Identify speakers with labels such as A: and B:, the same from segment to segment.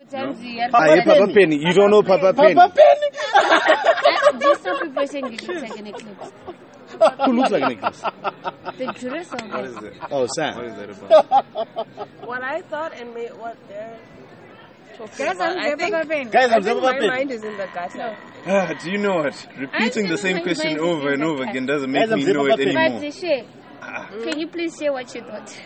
A: Sometimes you have
B: Ah, yeah,
A: to-
B: Papa Penny. You don't know Papa Penny.
A: Uh, These two people saying it looks like an eclipse.
B: Who looks like an eclipse?
A: The Jerusalem.
C: What is that?
B: Oh,
C: What
B: Sam.
C: is that about?
D: What I thought and made what they're talking
A: Guys,
D: about.
A: I'm
D: I think,
A: Peppa Pig.
B: Guys,
D: I
B: I'm
D: think
B: Papa
D: my
B: Penny.
D: mind is in the gutter.
C: Ah, do you know what? Repeating the
A: never
C: same
A: mind
C: question
A: mine
C: over and
A: is
C: over
A: better.
C: again doesn't
B: Guys,
C: make
B: I'm
C: me
B: saying
C: know
B: Papa
C: it
B: Penny.
C: anymore.
A: But Shay,
B: Ah.
A: can you please share what you thought?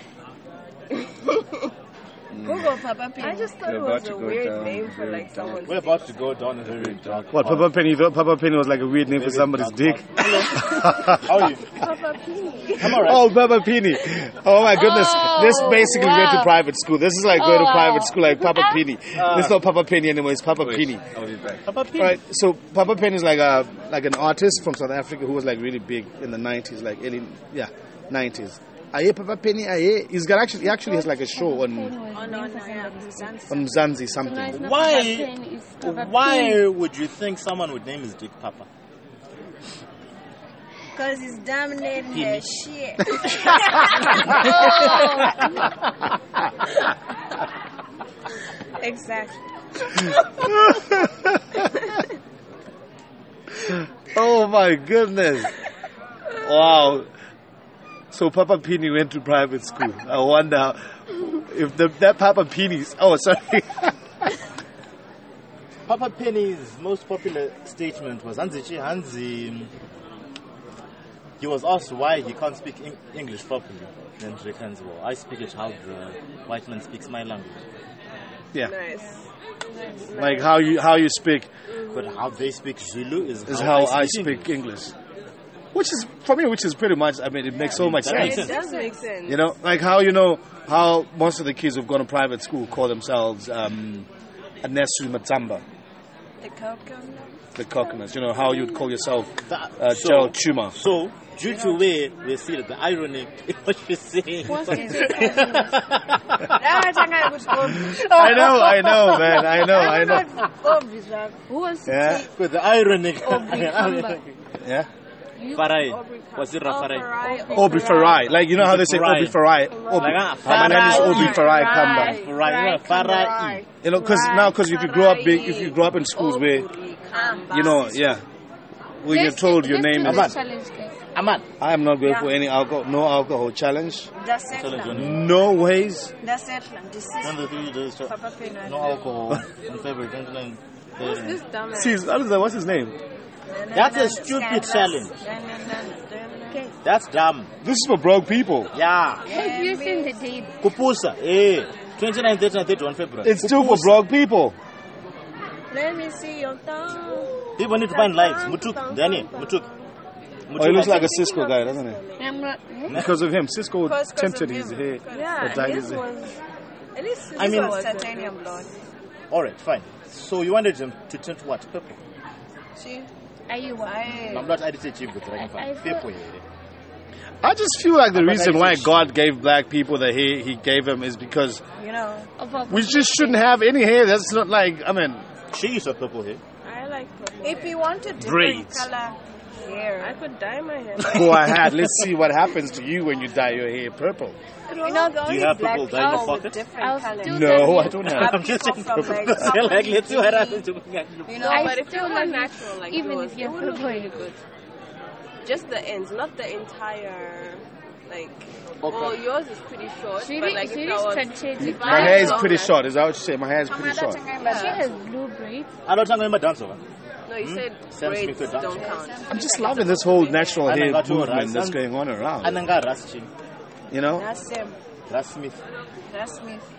D: Google Papa Pig. I just thought
C: You're
D: it was
C: about
D: a
C: to go
D: weird
C: down,
D: name for
C: very
D: like
C: dark.
D: someone.
E: We're about to go down a very dark.
B: What, Papa Penny? You thought Papa Penny was like a weird name for
E: Very
B: somebody's
E: dark
B: dick?
E: How are you?
D: Papa Pig.
E: I'm alright.
B: Oh, Papa Penny. Oh, my goodness.
A: Oh,
B: this basically went to
A: wow.
B: private school. This is like going
A: Oh,
B: to
A: wow.
B: private school like Papa Penny.
E: Ah.
B: This is not Papa Penny anymore. It's Papa
C: Wait,
B: Penny.
C: I'll be back.
E: Papa Penny.
B: All right, so Papa Penny is like a like an artist from South Africa who was like really big in the nineties, like early yeah, nineties. Aye, Papa Penny, aye. He's got actually he actually has like a show
A: Penny
B: on
A: was
D: Oh,
A: named
D: no,
A: for
D: no, yeah.
A: somebody's dick.
B: on Zanzi
A: So now it's
B: something.
A: not
E: Why-
A: Papa Penny, it's Papa
E: Why
A: Penny.
E: would you think someone would name his dick Papa?
D: Because he's dominating her shit. exactly.
B: Oh my goodness! Wow. So Papa Penny went to private school. I wonder if the, that Papa Penny's. Oh, sorry.
E: Papa Penny's most popular statement was Hanzi Hanzi. He was asked why he can't speak Eng- English properly. Then he reckons, well, I speak it how the white man speaks my language.
B: yeah,
D: Nice.
B: like how you how you speak
E: But how they speak Zulu is,
B: is how I
E: English.
B: speak English, which is for me, which is pretty much. I mean, it makes so much
E: that
B: sense.
E: makes
D: It
E: sense.
D: does make sense.
B: You know, like how you know how most of the kids who've gone to private school call themselves um, Anesu Matamba,
D: The coconut.
B: the coconuts. You know how you'd call yourself
E: That-
B: uh,
E: so-
B: Gerald Chuma.
E: So, due to where we see that the irony in what you're saying.
A: What's this?
D: Ah, Tanga, which obvious.
B: I know, I know, man, I know, I know.
D: Not obvious, right?
A: Who was
B: Yeah,
E: With the irony.
D: Oh,
B: yeah.
A: you?
E: Farai. Was it
D: Oh,
E: Rafarai?
D: Operai.
B: Obi Farai, like you know how they say Obi Farai. Obi.
E: Like, ah,
B: My name is Obi
E: Farai.
B: Farai
E: Farai.
B: Kamba.
E: Farai.
B: You know, because now, because if you grow up big, if you grow up in schools where, you know, yeah, where you're
A: Let's-
B: told your
A: let's
B: name
A: do
B: is.
A: this challenge, guys.
E: Aman.
B: I am not going for any alcohol, no alcohol challenge.
D: That's it.
E: Challenge on it.
B: No ways.
D: That's it. This is
E: Number three, there's ch-
D: Papa Pino.
E: no alcohol on February 29th.
D: Who's this dumbass?
B: See, what's his name?
E: That's a stupid challenge.
D: Okay.
E: That's dumb.
B: This is for broke people.
E: Yeah.
A: Have you seen the day?
E: Kupusa. Eh. 29th, 30th, and 31st February.
B: It's still for broke people.
D: Let me see your thumb.
E: People need to find lives. Mutuk. Danny. Mutuk.
B: Oh, he looks like
E: I
B: a Cisco guy, doesn't he?
A: I'm not. eh?
B: Because of him, Cisco
D: Cause- cause
B: tempted
D: of
B: his
D: him.
B: hair.
D: Yeah,
B: or dyed
D: this
B: his hair.
D: was. At least this
E: I mean-
D: was titanium blonde.
E: think. All right, fine. So you wanted him to turn to what? Purple.
D: She.
A: Are you one?
E: I'm
D: I.
E: not edited you with Dragon
A: I- I
E: Fire.
A: feel-
E: Purple. yeah.
B: I just feel like the
E: But I
B: reason why
E: think-
B: God gave black people the hair he gave them is because
D: You know.
A: Of a-
B: we just shouldn't have any hair. That's not like, I mean,
E: She is a purple hair.
D: I like purple. If you want a different
B: Braids.
D: color hair, I could dye my hair.
B: go ahead. Let's see what happens to you when you dye your hair purple.
D: you know, the
E: Do
D: only
E: you have
D: black
E: purple dye in your
D: girls with
E: pocket?
A: I'll
D: different colors.
A: still-
B: No, I don't have.
E: I'm just saying
D: From,
E: purple.
D: like,
E: because they're like, let's see what
D: company.
E: happens to me.
D: You know,
A: I
D: but if you
A: still
D: were
A: love you,
D: natural, like
A: even
D: yours,
A: if you're
D: it would look
A: purple.
D: really good. Just the ends, not the entire. Like, well, yours is pretty short.
A: She
D: but
A: re-
D: like,
A: she
D: if
A: re-
D: I was-
A: strategic.
D: if I
B: My hair is
D: was
B: pretty
D: longer-
B: short. Is that what you say? My hair is pretty short.
A: She has blue braids.
E: I don't know about dance over.
D: No, you said
E: Sam Smith
D: braids
E: with that.
D: don't count.
B: I'm just loving this whole natural
E: I
B: hair
E: know, that's all right,
B: movement that's
E: son.
B: going on around.
E: Ananga Raschi.
B: You know,
D: That's them.
E: Ras Smith.
D: That's Smith.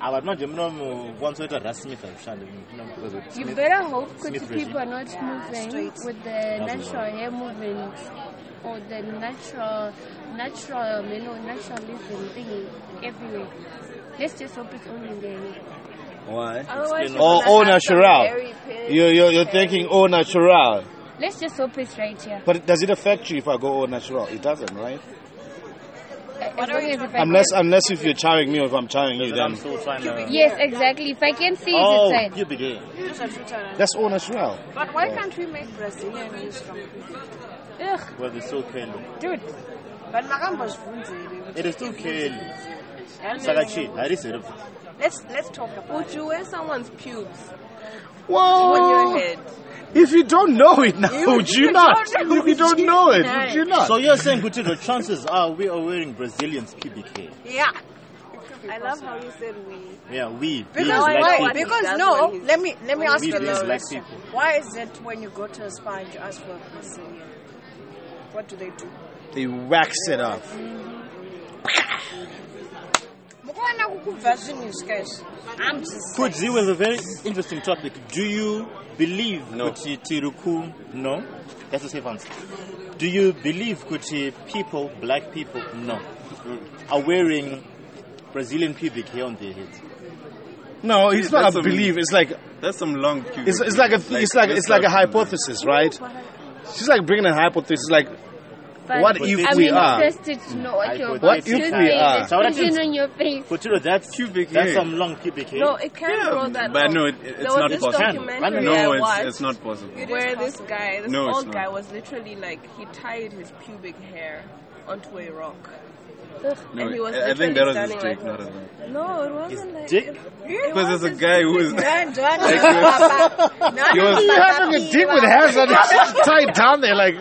E: I would not know once with Ras Smith and Shannon. You know, because of
A: You
E: Smith.
A: better hope
E: Smith
A: because
E: regime.
A: people are not moving
D: straight.
A: with the
E: That's
A: natural hair movement or the natural, natural, you know, naturalism thing everywhere. Let's just hope it's only in the
B: why?
E: been-
D: Otherwise, you're
B: Or
D: gonna
B: au
D: have some
B: natural.
D: very pale
B: You're, you're, you're
D: hair.
B: thinking au natural.
A: Let's just hope it's right here.
B: But does it affect you if I go all natural? It doesn't, right?
A: As long as if I
B: Unless unless if you're chowing me or if I'm chowing you,
E: Because I'm
B: then
E: still trying to.
A: yes, exactly. If I can see it,
E: Oh,
A: it's right.
E: you begin.
D: Just a tutorial.
B: that's all natural.
D: But why can't we make Brazilian news from
A: Ugh,
E: Well, it's still curly.
A: dude.
D: But Magambo's vunzi.
E: It is still curly. Sakachi, that is it.
A: Let's let's talk about
D: Would
A: it.
D: you wear someone's pubes
B: Whoa!
D: on your head?
B: If you don't know it now,
D: You-
B: would you,
D: you
B: not?
D: don't know
B: if you
D: it,
B: don't
D: you
B: know it,
D: know
B: would
D: it.
B: you not?
E: So you're saying, Gutido, chances are we are wearing Brazilians pubic hair.
F: Yeah.
D: I love how you said we.
E: Yeah, we. we
F: Because
E: black
D: I know
F: why?
E: people.
D: what he
F: Because
D: does
F: no.
D: when he's-
F: Let me let me
D: when
F: ask
E: he
F: you
E: blames
F: this
E: black
F: question.
E: people.
F: Why is it when you go to a spa and you ask for a Brazilian? What do they do?
B: They wax it off.
F: Mukuwana kuku virginians, guys. I'm just.
E: Could you was a very interesting topic. Do you believe
B: No.
E: Kuti Tiruku? No. That's the safe answer. Do you believe Kuti people, black people, no, are wearing Brazilian pubic hair on their heads?
B: No, it's not
C: That's
B: a
C: a meme.
B: belief. It's like
C: That's some long queue.
B: it's, it's like a it's like it's like a hypothesis, right? She's like bringing a hypothesis. Like
A: But
B: what
E: But
B: if
A: I
E: this-
B: we
A: mean,
B: are?
A: it's just to know what you're
E: Hypothetical.
A: about
B: What
A: to
B: if
A: say.
B: we are?
A: The
E: So what
A: expression
E: happens-
A: on your face.
E: Kutiro, that's
C: Pubic
E: That's
C: hair.
E: some long pubic hair.
D: No, it can
C: Yeah,
D: grow that
C: but
D: long.
C: no, it- it's
D: there was
C: not
D: this
C: possible.
D: documentary
E: No,
D: I
C: No,
D: watched
C: it's, it's not possible.
D: where this guy, this
C: No, it's
D: old
C: not.
D: guy, was literally like he tied his pubic hair onto a rock.
C: No,
D: and he was
C: I I think
D: literally
C: that was
D: standing
C: his dick,
D: like
C: not
D: that.
C: his mouth.
D: No, it wasn't
E: His
D: like
E: dick?
D: it-
C: Because there's a guy who is.
F: Don't do it.
C: He was-
B: you having a dick with hands that are tied down there, like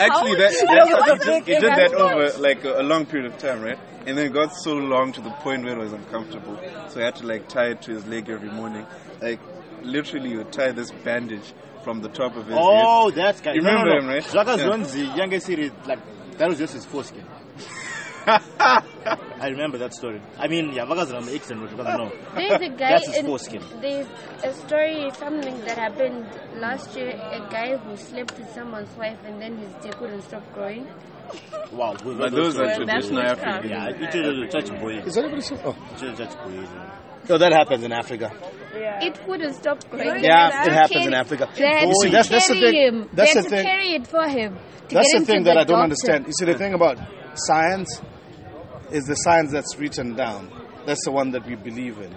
C: Actually, that, that he, did, he did that over like a, a long period of time, right? And then it got so long to the point where it was uncomfortable, so he had to like tie it to his leg every morning. Like literally, you would tie this bandage from the top of his
E: oh, that's guy.
C: You
E: No, no,
C: remember
E: no.
C: him, right?
E: Jacques
C: Yeah.
E: Ronzi, younger series, like that was just his foreskin. I remember that story. I mean, yeah, Vagas Ram X and Vagas no.
A: There's a guy
E: That's his
A: in,
E: foreskin.
A: there's a story something that happened last year. A guy who slept with someone's wife and then his dick wouldn't stop growing.
E: Wow, we
C: But those are
D: Well, that's
C: traditional
D: witchcraft.
C: African.
E: Yeah, you should touch boy.
B: is anybody? So, oh.
E: You should touch boy.
B: No, that happens in Africa.
A: It wouldn't stop growing.
B: Yeah,
A: They had
B: it
A: to
B: happens
A: carry-
B: in Africa.
A: They had
B: You see,
A: to
B: that's- that's the
A: carry
B: thing-
A: him.
B: that's
A: they
B: the
A: had
B: thing-
A: to carry it for him. to get
B: That's the
A: him
B: thing
A: to
B: that
A: the
B: I don't
A: doctor.
B: understand. You see, the thing about science is the science that's written down. That's the one that we believe in.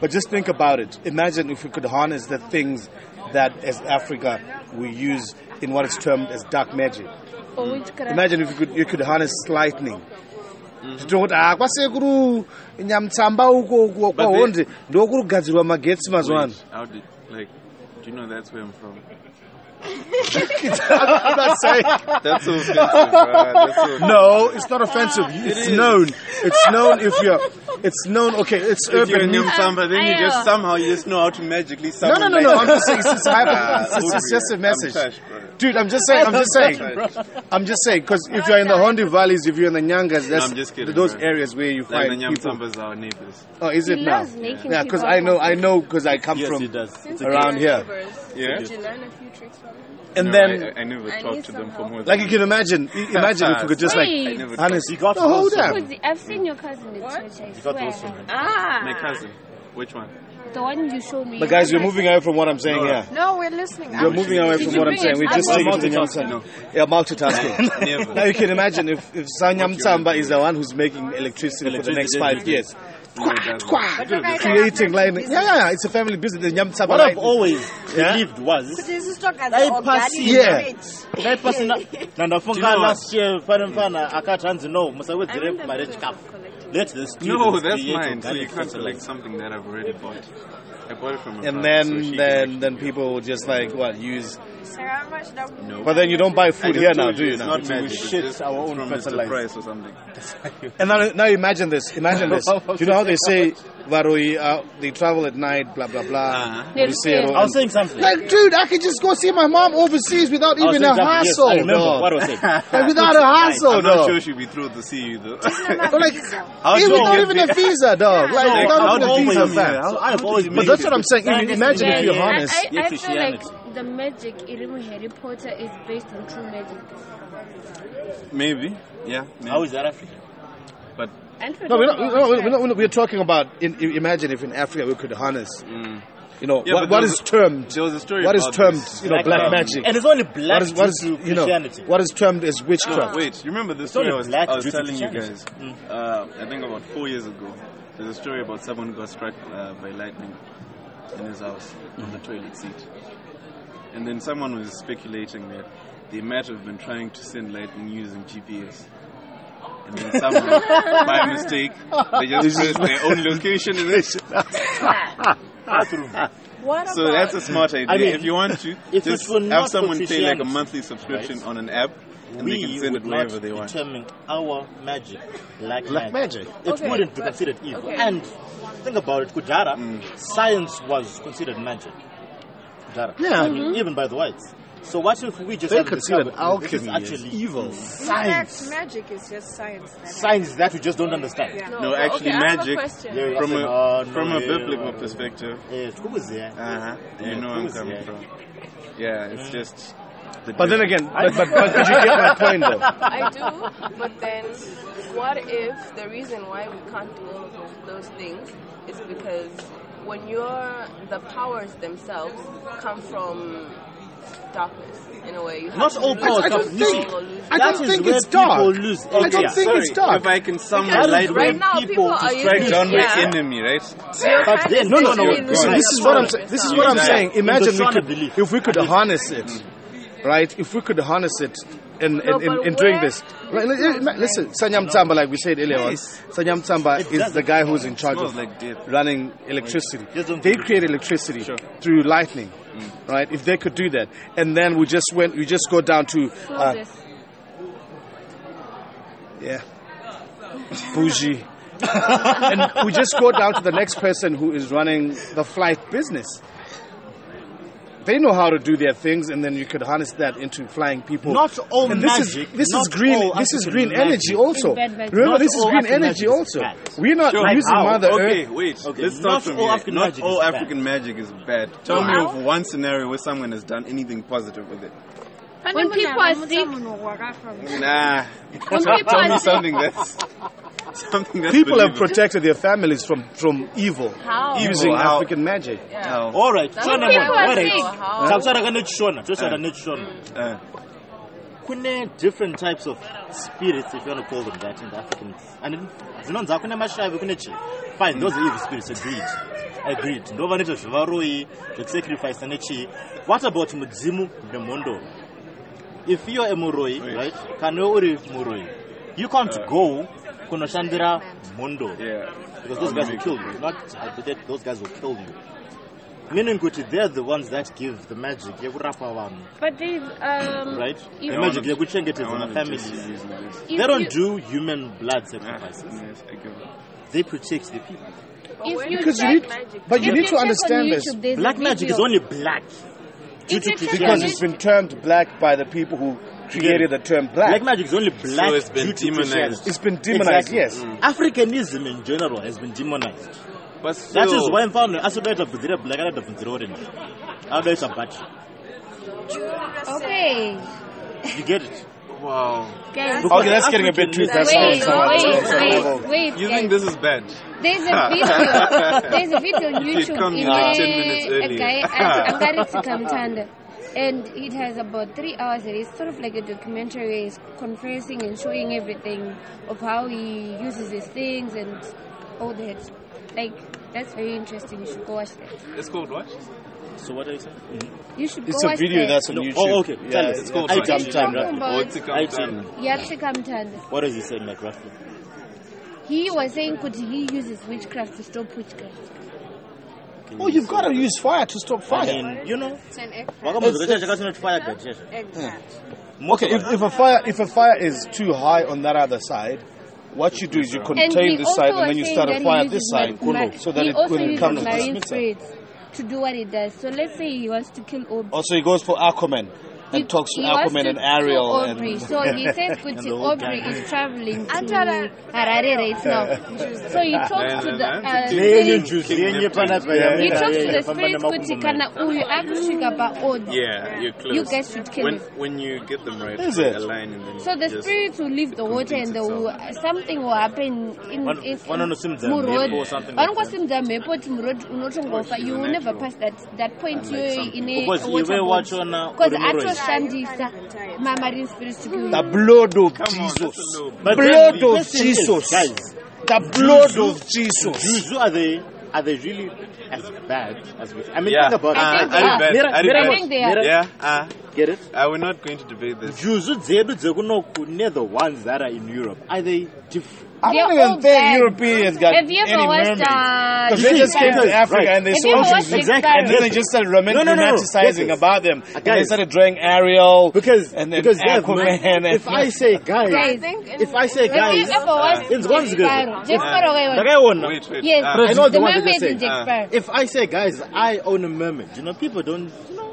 B: But just think about it. Imagine if we could harness the things that, as Africa, we use in what is termed as dark magic.
A: Or witchcraft.
B: Imagine if you could you could harness lightning. tinokuti ah kwasekuru nyamutsamba uko uko
C: But they-
B: kwahonde ndokurugadzirwa magetsi mazuva ano
C: Wait, How did like? Do you know that's where I'm from?
B: I'm not saying-
C: That's so offensive. bruh. That's so
B: No, it's not offensive. It's known. It's known if you're. It's known. Okay, it's
C: if you're
B: urban.
C: new
B: myth.
C: Samba, then you
A: I,
C: just
A: uh,
C: somehow you just know how to magically
B: No,
C: summon.
B: no, no, no.
C: like-
B: I'm just saying it's, it's hyper.
C: Ah,
B: It's, it's, it's just a
C: I'm
B: message,
C: trash, bro.
B: dude. I'm just saying. I'm just saying.
C: Like,
B: I'm just saying because if you're in the Hondi valleys, if you're in the Nyangas, that's
C: I'm just kidding,
B: those
C: bro.
B: areas where you
C: like the
B: find
C: Nyam
B: people.
C: Sambas are our neighbors.
B: Oh, is it
A: He
B: now?
A: loves making
B: Yeah, because I know. I know because I come
E: Yes,
B: from.
E: it does. It's a
B: around here.
C: Yeah.
D: Did you learn a few tricks from him?
B: And
C: No,
B: then,
C: I, I never
D: I
C: talked
D: need
C: to them
D: some
C: for
D: help.
C: more.
B: like
C: Than
B: you can imagine. i- Imagine if we could just like
C: I never
B: harness.
E: You got
B: no, Oh, hold
E: also-
B: up.
A: Because I've seen your cousin in
D: What?
A: church, I
E: You got
A: swear.
E: those from
D: Ah,
C: my cousin. Which one?
A: The one you showed me.
B: But guys, we're moving away from what I'm saying
C: No, no.
B: here.
F: No, we're listening.
B: We're moving away
A: Did
B: from
A: you
B: what I'm
A: bring
B: saying.
A: it?
B: We
A: I
B: just
A: brought
B: take
A: it.
B: it to Nyamsamba. Yeah, multitasking.
C: Never.
B: Now you can imagine if, if Sanyam
C: What you
B: Tsamba
C: mean?
B: is the one who's making electricity for the next
E: Electricity,
B: five years,
D: Ah.
C: No, it doesn't.
F: But you guys are
B: creating lightning. Yeah, yeah, yeah, it's a family business. The Nyam Tsamba
E: What I've
B: lightning.
E: always
B: Yeah.
E: believed was
F: This is talking
E: Hey,
F: about
E: pass
F: organic
B: here.
F: marriage.
E: that person.
C: Do you know
E: Nandafunga
C: what?
E: last year, Fana Fana, I can't answer no. Musa with
D: I
E: the
D: remember
E: marriage
D: the
E: cup.
D: collective.
E: Let the students
C: No, that's
E: create
C: mine. So you
E: organic
C: can't
E: fertilizer.
C: like something that I've already bought. I bought it from a
B: And
C: brother, Ah, so
B: then,
C: she
B: then,
C: can-
B: then people will just like what use.
F: Sarah, how much that-
C: No.
B: But then you don't buy
C: I
B: food
C: just
B: here now,
C: told
B: do you?
C: it's
B: Now?
C: Not magic, it's
E: shit
C: just-
E: our
C: it's
E: own
C: from
E: fertilizer.
C: Mr. Price or something.
B: And now, now imagine this. Imagine this. you know how they say Varoi, uh, they travel at night, blah blah blah.
C: Uh-huh.
B: They say-
E: I was saying something.
B: Like, dude, I could just go see my mom overseas without
E: I was
B: even a
E: saying something. Yes,
B: hassle.
E: I remember
B: dog.
E: what I was saying.
B: Like, without a hassle,
C: I'm not
B: dog.
C: sure she'd be thrilled to see you though.
B: But like,
E: How
B: even
E: do you
B: without
E: get
B: even a visa, dog. Like,
E: No,
B: without
E: how
B: even
E: do
B: a
E: you
B: visa,
E: come
B: fam.
E: here? How- I've always
B: But that's what I'm saying.
E: believed
B: Even
E: it.
B: imagine if
E: Yeah,
B: you're
E: yeah.
B: honest.
A: I, I, I feel like
E: Christianity.
A: the magic in Harry Potter is based on true magic.
C: Maybe. Yeah. maybe.
E: How is that African?
C: But
A: And
B: No, we're not, no, we're not, we're not- we're talking about. In, i- imagine if in Africa we could harness, you know,
C: Yeah,
B: what, what
C: but there
B: is
C: was-
B: termed,
C: there was a story
B: what is
C: about
B: termed,
C: this. Um,
B: you know,
E: Black
B: black
E: love.
B: magic.
E: um, And it's only black
B: What is, what is,
E: due to
B: you know,
E: Christianity.
B: what is termed as
C: No,
B: witchcraft.
C: wait, you remember the
E: only
C: story I was,
E: black
C: I was
E: due to
C: telling you
E: Christianity.
C: guys? Uh, I think about four years ago. There's a story about someone got struck uh, by lightning in his house on
E: Mm-hmm.
C: the toilet seat. And then someone was speculating that they might have been trying to send lightning using GPS. and then someone, by mistake, they just put their own location in it.
E: Mm. Bathroom.
F: What
C: So
F: about
C: that's a smart idea.
E: I mean,
C: if you want to,
E: if
C: just
E: it were
C: have
E: not
C: someone
E: for
C: pay like a
E: Christianity,
C: monthly subscription
E: right?
C: on an app, and they can
E: we
C: send it
E: would not
C: wherever they want.
E: determine our magic like,
B: Like magic.
E: It
F: Okay.
E: wouldn't be considered evil.
F: Okay.
E: And think about it, Kujara,
B: Mm.
E: science was considered magic. Kujara.
B: Yeah.
E: I mean,
D: Mm-hmm.
E: even by the whites. So what if we just
B: They
E: have
B: considered
E: discovered this is
B: alchemy as
E: actually
B: evil.
E: science?
F: magic is just science. then.
E: Science that we just don't understand.
F: Yeah.
C: No,
D: but
C: actually,
D: okay, I have a
C: magic
D: question.
E: Yeah,
C: from a
E: oh, no,
C: from a
E: yeah,
C: biblical
E: yeah.
C: perspective.
E: Eh, tukubuze, eh?
C: Uh huh. You know where I'm coming
E: Yeah.
C: from. Yeah, it's just. The
B: But then again, but, but, but, but you get my point though.
D: I do, but then what if the reason why we can't do all of those- those things is because when you're the powers themselves come from darkness in a way. You have
E: Not
D: to
E: all
D: lose
E: powers
B: I don't
D: control
B: think-
D: or lose
E: That
B: I don't
E: is
B: think
E: where
B: it's dark.
E: people lose
B: I don't
E: area.
B: think
C: Sorry,
B: it's dark.
C: If I can
D: Because
C: someone
E: That is
C: light
E: where
D: right
C: right
D: now people
E: to
D: are
E: strike
D: using-
C: down my
D: yeah.
C: enemy, right?
D: You're
E: But
D: trying to
E: then- no, no, no,
D: basically
E: no,
D: lose
B: See,
E: Right.
B: this is
D: the
B: what I'm
D: power
B: saying. This is
D: yourself.
B: what I'm
C: Exactly.
B: saying.
E: In the
B: Imagine we
E: Shona
B: could,
E: belief.
B: if we could harness it, right? If we could harness it in in,
D: No,
B: in,
D: but
B: in doing
D: where-
B: this. Like, li- li- listen, Sanyam Tsamba, like we said earlier on,
C: Yes.
B: Sanyam Tsamba
E: It
B: is
E: doesn't
B: the guy who's in charge
C: smells
B: of
C: like death.
B: running electricity.
E: Just don't
B: They
E: do it.
B: create electricity through lightning, right? If they could do that, and then we just went, we just go down to
D: Slow
B: uh,
D: this.
B: yeah, bougie. and we just go down to the next person who is running the flight business. They know how to do their things, and then you could harness that into flying people.
E: Not all
B: and this
E: magic.
B: Is, this is
E: not
B: green.
E: all
B: This is
E: African
B: green
E: magic.
B: energy also.
A: In bed, bed.
B: Remember,
E: Not
B: this is
E: all
B: green
E: African magic
B: energy
E: is
B: also.
E: bad.
B: We're not
E: Like
B: using
E: how?
B: Mother
C: okay,
B: Earth.
C: wait.
E: Okay,
C: Let's start
E: not
C: from
E: all
C: here.
E: African
C: not
E: magic
C: all
E: is bad.
C: African magic is bad. Tell
D: No,
C: me
D: I'll-
C: of one scenario where someone has done anything positive with it.
A: When people are sick,
C: Nah.
A: when people
C: uh, Tell me
A: are sick,
C: something that's something that's
B: People have
C: believable.
B: protected their families from from evil
D: How?
B: using
C: Evil, how?
B: African magic.
D: Yeah.
C: Oh,
E: All right.
D: That's
E: Shona,
D: what people are
E: all right.
D: saying. How?
E: Tapsara kanechishona, Joshua kanechishona.
C: uh,
E: kune different types of spirits if you want to call them that in the african and dzinonzi hakune mashavi kune chi fine those are evil spirits agreed agreed ndo vanoita zvivaroyi zvekusacrifice nechii what about mudzimu nemhondoro if youare a muroyi
C: Wait.
E: right kana iwe uri muroyi you can't go kunoshandira mhondoro
C: yeah.
E: because those guys will kill you. Not uh, that those guys will kill you. Meaning, kuti they're the ones that give the magic yekurapa vanhu,
A: but they um,
E: right?
A: If-
E: The
A: I
E: magic
C: I
E: yekuchengetedza
C: wanna just
E: mafamilies.
C: use my list.
E: They
A: if
E: don't
A: you-
E: do human blood
C: Ah,
E: sacrifices.
C: yes, I give up.
E: They protect the people.
D: But
A: If
D: when
A: you
B: Because you
D: black
B: need,
D: magic
B: but you
A: If
B: need to
A: check on
B: understand this.
A: YouTube, there's a
E: Black magic is
A: video.
E: only black. Due
A: If
E: to
A: you check
E: critical
A: on
B: because
A: Yeah.
B: it's been termed black by the people who created the term black.
E: Black magic is only black.
C: So it's been
E: due to
C: demonized.
E: Christianity.
B: It's been demonized,
E: Exactly. Mm.
B: yes.
E: Africanism in general has been demonized.
C: But
E: That is
C: still-
E: why mfano asinoita bvunzira black anoita bvunzira orange anoita bati
A: Okay.
E: you get it
A: Guys,
E: Look-
B: Mm. Okay, that's getting a bit too. That's how it
A: wait,
B: sounds.
A: wait,
B: It's
A: wait,
B: horrible.
A: wait.
C: You
A: guys.
C: think this is bad?
A: There's a video. There's a video on
C: You
A: YouTube
C: come
A: in
C: like
A: a,
C: 10 minutes
A: a
C: early.
A: guy at Angariti Kamtanda. And it has about three hours. and It's sort of like a documentary where he's confessing and showing everything of how he uses his things and all that. Like, that's very interesting. You should go watch that.
C: It's called what?
E: so what are you saying
A: You should
B: It's
A: go
B: a
A: watch
B: video
A: that.
B: that's on
E: No,
B: YouTube.
E: oh, okay.
B: Yeah,
E: Tell us.
B: it's
E: It's
B: called
E: called
A: It's
E: Jump Time
A: talking
E: Rapid.
A: about
E: I see.
A: Yapsi Kamtanda.
E: What does he say, like roughly?
A: He was saying could he uses witchcraft to stop witchcraft.
E: Can
B: Oh,
E: you
B: you've
E: say
B: got to
E: that?
B: use fire to stop
E: I
B: fire.
E: mean, you know,
F: It's an egg plant.
E: wakamudzwa chacho chakatonotwaya gachesha.
F: Egg plant.
B: Okay, if, if a fire if a fire is too high on that other side, what you do is you
A: he
B: contain this side
A: also
B: and then you
A: was
B: start a
A: saying
B: fire at
A: that he uses
B: this side,
A: mar- mar-
B: so that
A: he
B: it,
A: also
B: when it
A: uses
B: comes to
A: marine
B: the splitter.
A: spirits to do what it does. So let's say he wants to kill Aubrey.
B: Also, he goes for Aquaman Oh, and
A: he,
B: talks to
A: he wants
B: Aquaman
A: to
B: and
A: kill
B: Ariel.
A: Aubrey.
B: And
A: So he says Kuti
E: the old
A: Aubrey
E: guy.
A: is traveling to
F: Antara-
A: Harare right now. So he talks to the uh,
E: Yenyu
A: spirits.
E: juice, yenyu panapa
A: He
E: yamira,
A: talks to
E: yenyu
A: the
E: famba
A: spirits Kuti
E: nemakumbo
A: kana uyu akusvika paOdri.
C: Yeah, you're close.
A: You guys should kill
C: when
A: him.
C: when you get them right,
B: Is
C: they
B: it?
C: align and then
A: So the
C: just
A: spirits will leave the water and the will, something will happen in
E: One-
A: in
E: one on the Sims Dam,
A: muroad.
E: Mepo or something like
A: Vanongosimudza mhepo kuti murod unotongofa you will never pass that that point iyoyo ine
E: Because
A: a
E: iwe
A: water body.
E: wachona
A: Because
E: uri muroad.
A: atoshandisa mamarine spirits to do
B: the
A: it.
B: blood of
C: Come on,
B: Jesus,
C: that's a little-
E: But then
B: blood
E: the
B: of
E: question is,
B: Jesus,
E: guys,
B: the blood of Jesus.
E: Juju, are they are they really as bad as we? I mean,
C: Yeah.
E: think about
A: I think
E: it.
A: they are.
C: Aribet,
E: Mira-
A: I
C: Aribet.
A: think they are.
C: Yeah, ah,
E: Get it?
C: Uh, we're not going to debate this.
E: Jews zedu dzekunoku near the ones that are in Europe. Are they different?
B: I
A: They're
B: don't
A: all
B: even
A: bad.
B: think Europeans got
A: Have you ever
B: any
A: watched,
B: mermaids.
A: uh,
B: 'Cause they
E: Disney
B: just came
E: Channel?
B: to Africa
E: Right.
B: and they
A: Have
B: saw
A: you ever
B: these
A: watched
B: things,
A: Exactly.
B: and then they just started roman-
E: No, no, no, no.
B: romanticizing
E: Yes.
B: about them. And
E: Guys.
B: they started drawing Ariel
E: Because
B: and then
E: because they have
B: Aquaman.
E: money.
B: and
E: if I say guys,
A: Guys.
D: think in-
E: if I say
A: Have you
E: guys,
A: ever watched
E: it's gone together.
A: Jesparo? Jesparo,
E: the
A: wait,
E: guy won. now.
C: Wait, wait.
A: Yes.
C: uh,
E: I know
A: wait.
E: the
A: The
E: one that
A: mermaid
E: they
A: in
E: say.
A: Jesparo.
E: If I say guys, I own a mermaid. You know, people don't. You know,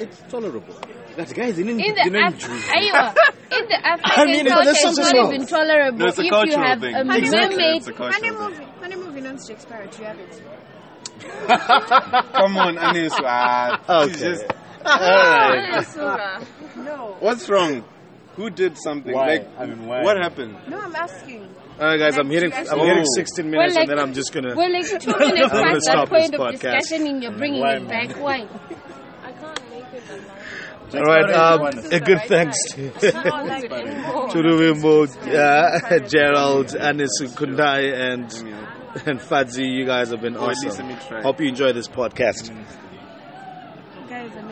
E: it's tolerable. That guys in
A: In the, Af- Aiwa, in the African
E: I mean,
A: culture, it's
E: there's something
A: not
E: else.
A: even tolerable
C: No, it's a
A: if you
C: cultural
A: have
C: thing.
A: a
C: Exactly,
A: mermaid.
C: it's a
F: Honey
C: cultural thing.
F: movie, honey movie, non Shakespeare. Do you have it?
C: Come on, Anis. Uh, she's just-
D: Surah.
F: No,
C: what's wrong? Who did something?
E: Why?
C: Like,
E: I mean, why?
C: what happened?
F: no, I'm asking.
B: All right, guys, I'm hitting, I'm
E: Oh.
B: hitting 16
A: We're
B: minutes,
A: like,
B: and then I'm just gonna.
A: we're like two minutes
B: I'm gonna
A: past that
B: stop this
A: point of
B: podcast.
A: discussion, and you're bringing
E: Why,
A: it back. Why?
D: I can't make it
B: All right, um,
E: This
B: a good thanks to, to
D: alone. Like anymore.
B: Ruvimbo, uh, Gerald, Anis Kundai, and and Fadzi. You guys have been
C: Or at least
B: awesome.
C: let me try.
B: Hope you enjoy this podcast.
F: Guys, I'm